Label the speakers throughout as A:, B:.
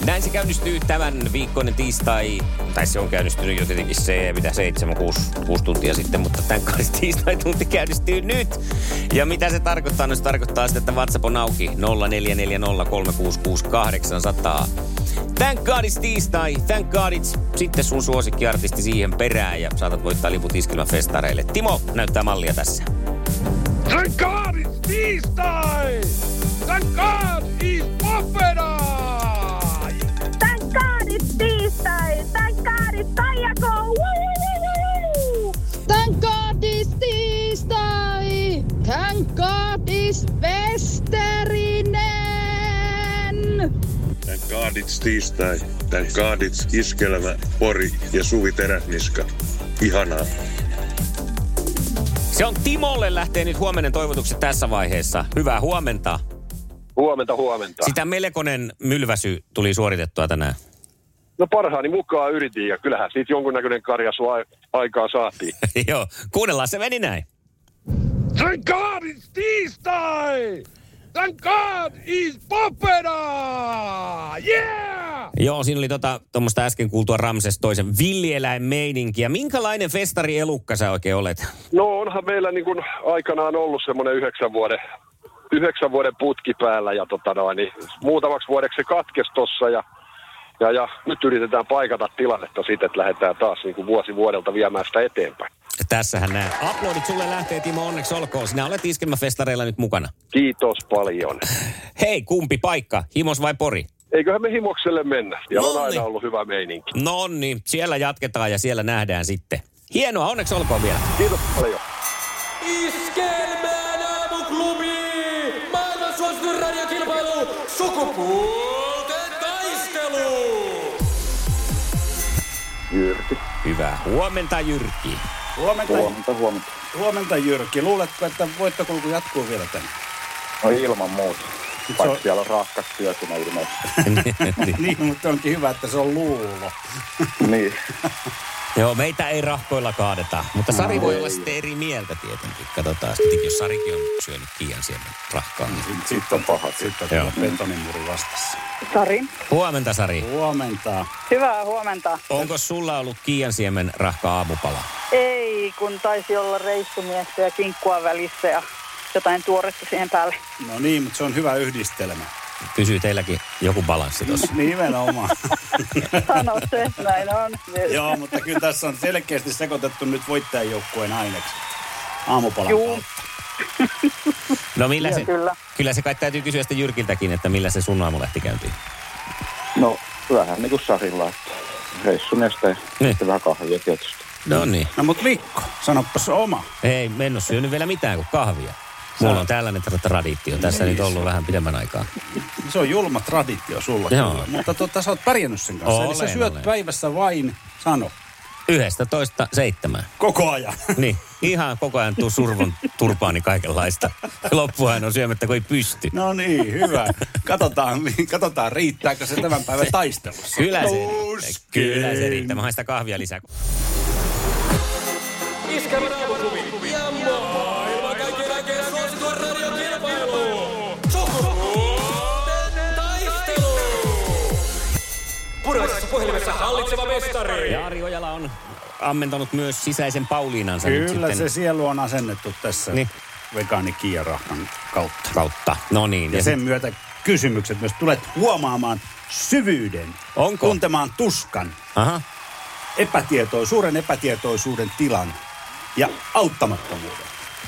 A: Lisäksi käynnistyy tämän viikkoinen tiistai, tai se on käynnistynyt jo tietenkin se, mitä 7-6 tuntia sitten, mutta tämän kanssa tiistai tunti käynnistyy nyt. Ja mitä se tarkoittaa? No se tarkoittaa sitä, että WhatsApp on auki 0440366800. Thank God it's tiistai, thank God it's sitten sun suosikkiartisti siihen perään ja saatat voittaa liput festareille. Timo näyttää mallia tässä.
B: Thank God it's tiistai! Thank God it's opera!
C: Thank God it's tiistai! Thank God it's Taijako! Woo, woo, woo, woo.
D: Thank God it's tiistai! Thank God it's Westerinen!
E: Tän kaadits tiistai, tän kaadits iskelmä, pori ja Suvi Teräsniska. Ihanaa.
A: Se on Timolle lähtee nyt huomenen toivotukset tässä vaiheessa. Hyvää huomenta.
F: Huomenta, huomenta.
A: Sitä melkoinen mylväsy tuli suoritettua tänään.
F: No parhaani mukaan yritin ja kyllähän siitä jonkunnäköinen karjasu ai- aikaa saatiin.
A: Joo, kuunnellaan, se meni näin.
B: Thank God it's tiistai! Thank God it's opera! Yeah!
A: Joo, siinä oli tuota, tuommoista äsken kuultua Ramses toisen villieläinmeininkiä. Minkälainen festarielukka sä oikein olet?
F: No onhan meillä niin kuin aikanaan ollut semmoinen yhdeksän vuoden, yhdeksän vuoden putki päällä ja tota noin, niin muutamaksi vuodeksi se katkesi tossa ja, ja, ja nyt yritetään paikata tilannetta siitä, että lähdetään taas niin kuin vuosi vuodelta viemään sitä eteenpäin.
A: Tässähän näin. Aplodit sulle lähtee, Timo, onneksi olkoon. Sinä olet iskelmäfestareilla nyt mukana.
F: Kiitos paljon.
A: Hei, kumpi paikka? Himos vai Pori?
F: Eiköhän me himokselle mennä. Ja on
A: Nonni.
F: aina ollut hyvä meininki.
A: No niin, siellä jatketaan ja siellä nähdään sitten. Hienoa, onneksi olkoon vielä.
F: Kiitos paljon.
G: Iskelmään aamuklubi! Maailman suosituin radiokilpailu! Sukupuolten taistelu!
H: Jyrki.
A: Hyvää huomenta, Jyrki.
I: Huomenta,
H: Huomenta, huomenta.
I: huomenta Jyrki. Luuletko, että voittokulku jatkuu vielä tänne?
H: No ilman muuta.
I: Se on-
H: Paitsi siellä on raskas työ siinä ilmeisesti.
I: niin, mutta onkin hyvä, että se on luulo.
H: niin.
A: Joo, meitä ei rahkoilla kaadeta, mutta Sari voi olla sitten eri mieltä tietenkin. Katsotaan sitten, jos Sarikin on syönyt kiian siellä rahkaa. niin-
H: Sitten on paha.
I: Sitten
A: Joo.
I: on betonimuri vastassa.
J: Sari.
A: Huomenta, Sari.
I: Huomenta.
J: Hyvää huomenta.
A: Onko sulla ollut kiian siemen rahka aamupala?
J: Ei, kun taisi olla reissumiesta ja kinkkua välissä ja jotain tuoretta siihen päälle.
I: No niin, mutta se on hyvä yhdistelmä.
A: Pysyy teilläkin joku balanssi tuossa.
I: Nimenomaan.
J: Sano se, näin on.
I: Joo, mutta kyllä tässä on selkeästi sekoitettu nyt voittajajoukkueen ainekset. Aamupalan
J: Juu.
I: kautta.
A: No millä se,
J: Kyllä.
A: kyllä se kai täytyy kysyä sitten Jyrkiltäkin, että millä se sun aamulehti käyntiin.
H: No vähän niin kuin Sarilla, että reissumiestä ja
A: Niin.
H: sitten vähän kahvia tietysti.
A: No niin.
I: No mut Mikko, sanopas oma.
A: Ei, me en ole syönyt vielä mitään kuin kahvia. Mulla on tällainen tra- traditio tässä nyt ollut vähän pidemmän aikaa.
I: Se on julma traditio sulla.
A: Joo.
I: kyllä, Mutta tota, sä oot pärjännyt sen kanssa. Eli
A: Olen,
I: sä syöt
A: olen.
I: päivässä vain, sano,
A: Yhdestä toista seitsemään.
I: koko ajan.
A: Niin, ihan koko ajan tuu survon turpaani kaikenlaista. Loppuhan on syömättä, kun ei pysty.
I: No niin, hyvä. Katsotaan, katsotaan riittääkö se tämän päivän taistelussa.
A: Kyllä se,
I: Tuskin.
A: kyllä se riittää. Mä haen sitä kahvia lisää.
G: Iskelmän aamuklubi! Ja maailman kaikkien aikeen suosituin radiokilpailu! Sukupuolten taistelu! Puraisessa puhelimessa hallitseva mestari!
A: Ja Ari Ojala on ammentanut myös sisäisen Pauliinansa nyt
I: Kyllä
A: sitten.
I: se sielu on asennettu tässä
A: Niin.
I: niin. vegaanikiirahkan kautta.
A: kautta. No niin.
I: Ja sen myötä kysymykset myös tulet huomaamaan syvyyden,
A: Onko?
I: tuntemaan tuskan,
A: Aha.
I: epätietoi, suuren epätietoisuuden tilan ja auttamattomuuden.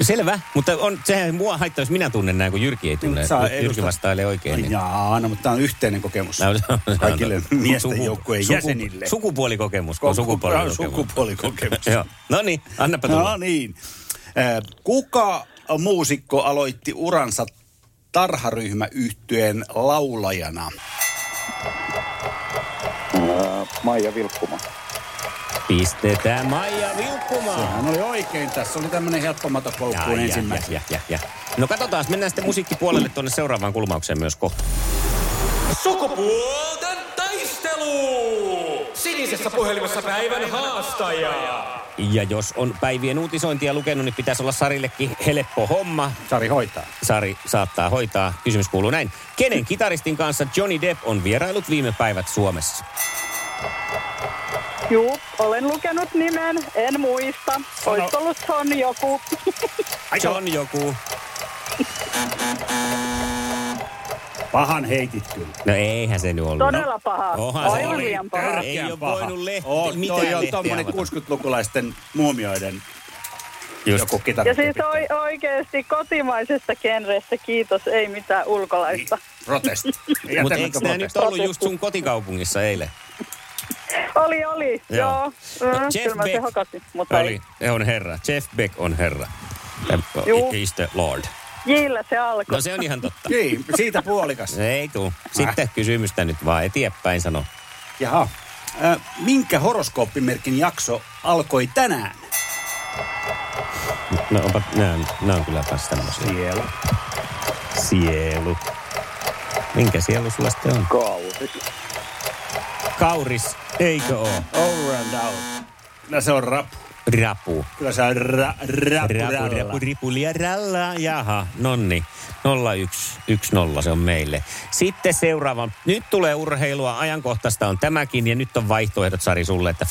A: Selvä, mutta on, sehän mua haittaa, jos minä tunnen näin, kun Jyrki ei tunne.
I: Sä
A: Jyrki
I: edustat-
A: vastailee oikein. Niin.
I: Jaa, no, mutta tämä on yhteinen kokemus
A: No, se on- se on-
I: kaikille miesten
A: suku-
I: joukkueen
A: suku-
I: jäsenille.
A: Sukupuolikokemus, kun on
I: Ko-
A: sukupuolikokemus.
I: sukupuolikokemus.
A: Joo. No niin, annapa tulla.
I: No niin. Äh, Kuka muusikko aloitti uransa tarharyhmäyhtyeen laulajana?
H: Ää, Maija Vilkkuma.
A: Pistetään Maija vilkkumaan.
I: Sehän oli oikein. Tässä oli tämmöinen helppo
A: Ja,
I: matokloukkuun
A: ja,
I: ensimmäinen.
A: ja, ja, ja. No katsotaan, mennään sitten musiikkipuolelle tuonne seuraavaan kulmaukseen myös kohta.
G: Sukupuolten taistelu! Sinisessä puhelimessa päivän haastaja!
A: Ja jos on päivien uutisointia lukenut, niin pitäisi olla Sarillekin helppo homma.
I: Sari hoitaa.
A: Sari saattaa hoitaa. Kysymys kuuluu näin. Kenen kitaristin kanssa Johnny Depp on vierailut viime päivät Suomessa?
J: Juu, olen lukenut nimen, en muista.
I: Sano-
J: Olisiko ollut Son joku?
A: No. John joku.
I: Pahan heitit kyllä.
A: No eihän se nyt ollut.
J: Todella
A: No,
J: paha.
A: Onhan se
J: Aivan
A: oli.
J: liian paha.
A: Ei ole voinut lehti-
I: Oo,
A: mitään
I: Oh, toi on
A: lehtiä
I: tommonen
A: avata.
I: 60-lukulaisten muumioiden
A: Just.
I: joku
J: Ja
I: kitaristi.
J: siis oi, oikeasti kotimaisesta genrestä kiitos, ei mitään ulkolaista.
I: Niin, Protesti.
A: Mutta eikö nämä nyt ollut just sun kotikaupungissa eilen?
J: Oli, oli,
A: Niin. Joo.
J: joo. Mm,
A: No, Jeff
J: kyllä mä
A: Beck.
J: sen hokasin, mutta
A: Oli. Se on herra. Jeff Beck on herra. Äh,
J: Juu.
A: Is the Lord.
J: Jillä se alkoi.
A: No se on ihan totta.
I: Niin, siitä puolikas.
A: Ei tuu. Sitten kysymystä nyt vaan eteenpäin sano.
I: Jaha. Äh, minkä horoskooppimerkin jakso alkoi tänään?
A: No onpa, nää, on- nää on kyllä taas tämmöisiä.
I: Siellä.
A: Sielu. Minkä sielu sulla sitten on?
H: Kauris.
A: Kauris, eikö oo?
I: Over and out. No se on rap.
A: Rapu.
I: Kyllä se on ra, rap,
A: Rapu, rapu, ripulia, ralla. Jaha, nonni. 0110 se on meille. Sitten seuraavan. Nyt tulee urheilua. Ajankohtaista on tämäkin ja nyt on vaihtoehdot Sari sulle, että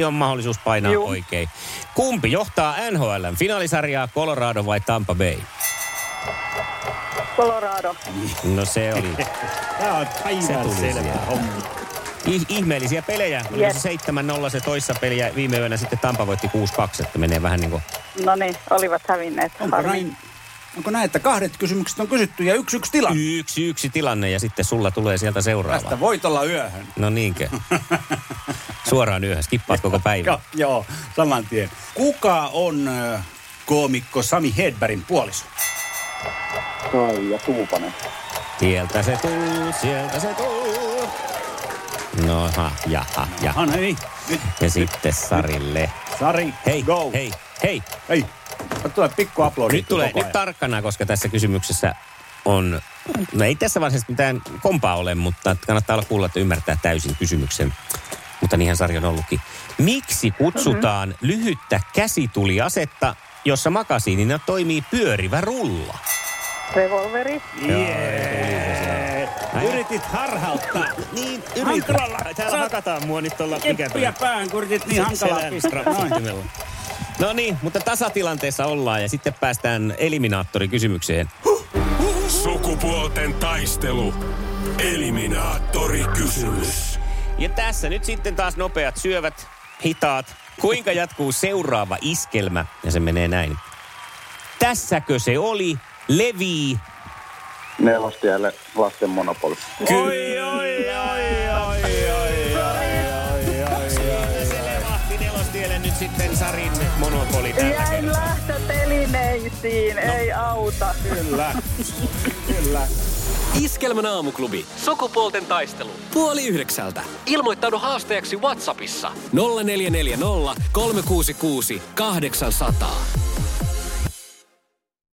A: 50-60 on mahdollisuus painaa
J: Juu.
A: oikein. Kumpi johtaa NHLn finaalisarjaa, Colorado vai Tampa Bay?
J: Colorado.
A: No se oli
I: Tämä on
A: Se tuli
I: päivän selvä
A: sieltä.
I: homma.
A: ih- ihmeellisiä pelejä. Oliko
J: Jep.
A: se 7-0 se toissa peli ja viime yönä sitten Tampa voitti 6-2, että menee vähän niin kuin
J: No niin, olivat hävinneet.
I: Onko
J: Harmi.
I: näin, onko näin, että kahdet kysymykset on kysytty ja yksi yksi
A: Ah.
I: tilanne?
A: yksi yksi tilanne ja sitten sulla tulee sieltä seuraava.
I: Tästä voit olla yöhön.
A: No niinkö? Suoraan yöhön, skippaat koko päivän.
I: Joo, joo, saman tien. Kuka on ö, koomikko Sami Hedbergin puoliso?
H: Kai ja Tuupanen.
A: Sieltä se tuu, sieltä se tuu. No ha, jaha, jaha.
I: Jaha, no niin. Nyt,
A: Ja sitten Sarille.
I: Sari,
A: Hei,
I: go.
A: hei, hei.
I: hei. Nyt tulee pikku aplodit
A: No Nyt tulee, nyt tarkkana, koska tässä kysymyksessä on, no ei tässä varsinaisesti mitään kompaa ole, mutta kannattaa olla kuulla, että ymmärtää täysin kysymyksen. Mutta niinhän sarja on ollutkin. Miksi kutsutaan mm-hmm. lyhyttä käsituliasetta, jossa makasiinina toimii pyörivä rulla?
J: Revolveri.
I: Yeah. Yritit harhauttaa.
A: Niin,
I: Hankalalla.
A: Täällä
I: Sä-
A: hakataan mua nyt tuolla
I: Keppiä päähän, kun yritit niin hankalaa pistää. Noin.
A: No niin, mutta tasatilanteessa ollaan ja sitten päästään eliminaattorikysymykseen.
G: Sukupuolten taistelu. Eliminaattori kysymys.
A: Ja tässä nyt sitten taas nopeat syövät, hitaat. Kuinka jatkuu seuraava iskelmä? Ja se menee näin. Tässäkö se oli? Levi.
H: Nelostielle lasten monopoli.
A: Oi, oi, oi, oi, oi, oi, oi, oi. Siinä se levahti nelostielle nyt sitten Sarin monopoli tällä
J: Jäin
A: kertaa.
J: lähtötelineisiin,
A: No.
J: ei auta.
I: Kyllä, kyllä.
K: Iskelmän aamuklubi. Sukupuolten taistelu. Puoli yhdeksältä. Ilmoittaudu haasteeksi Whatsappissa. 0440 366 800.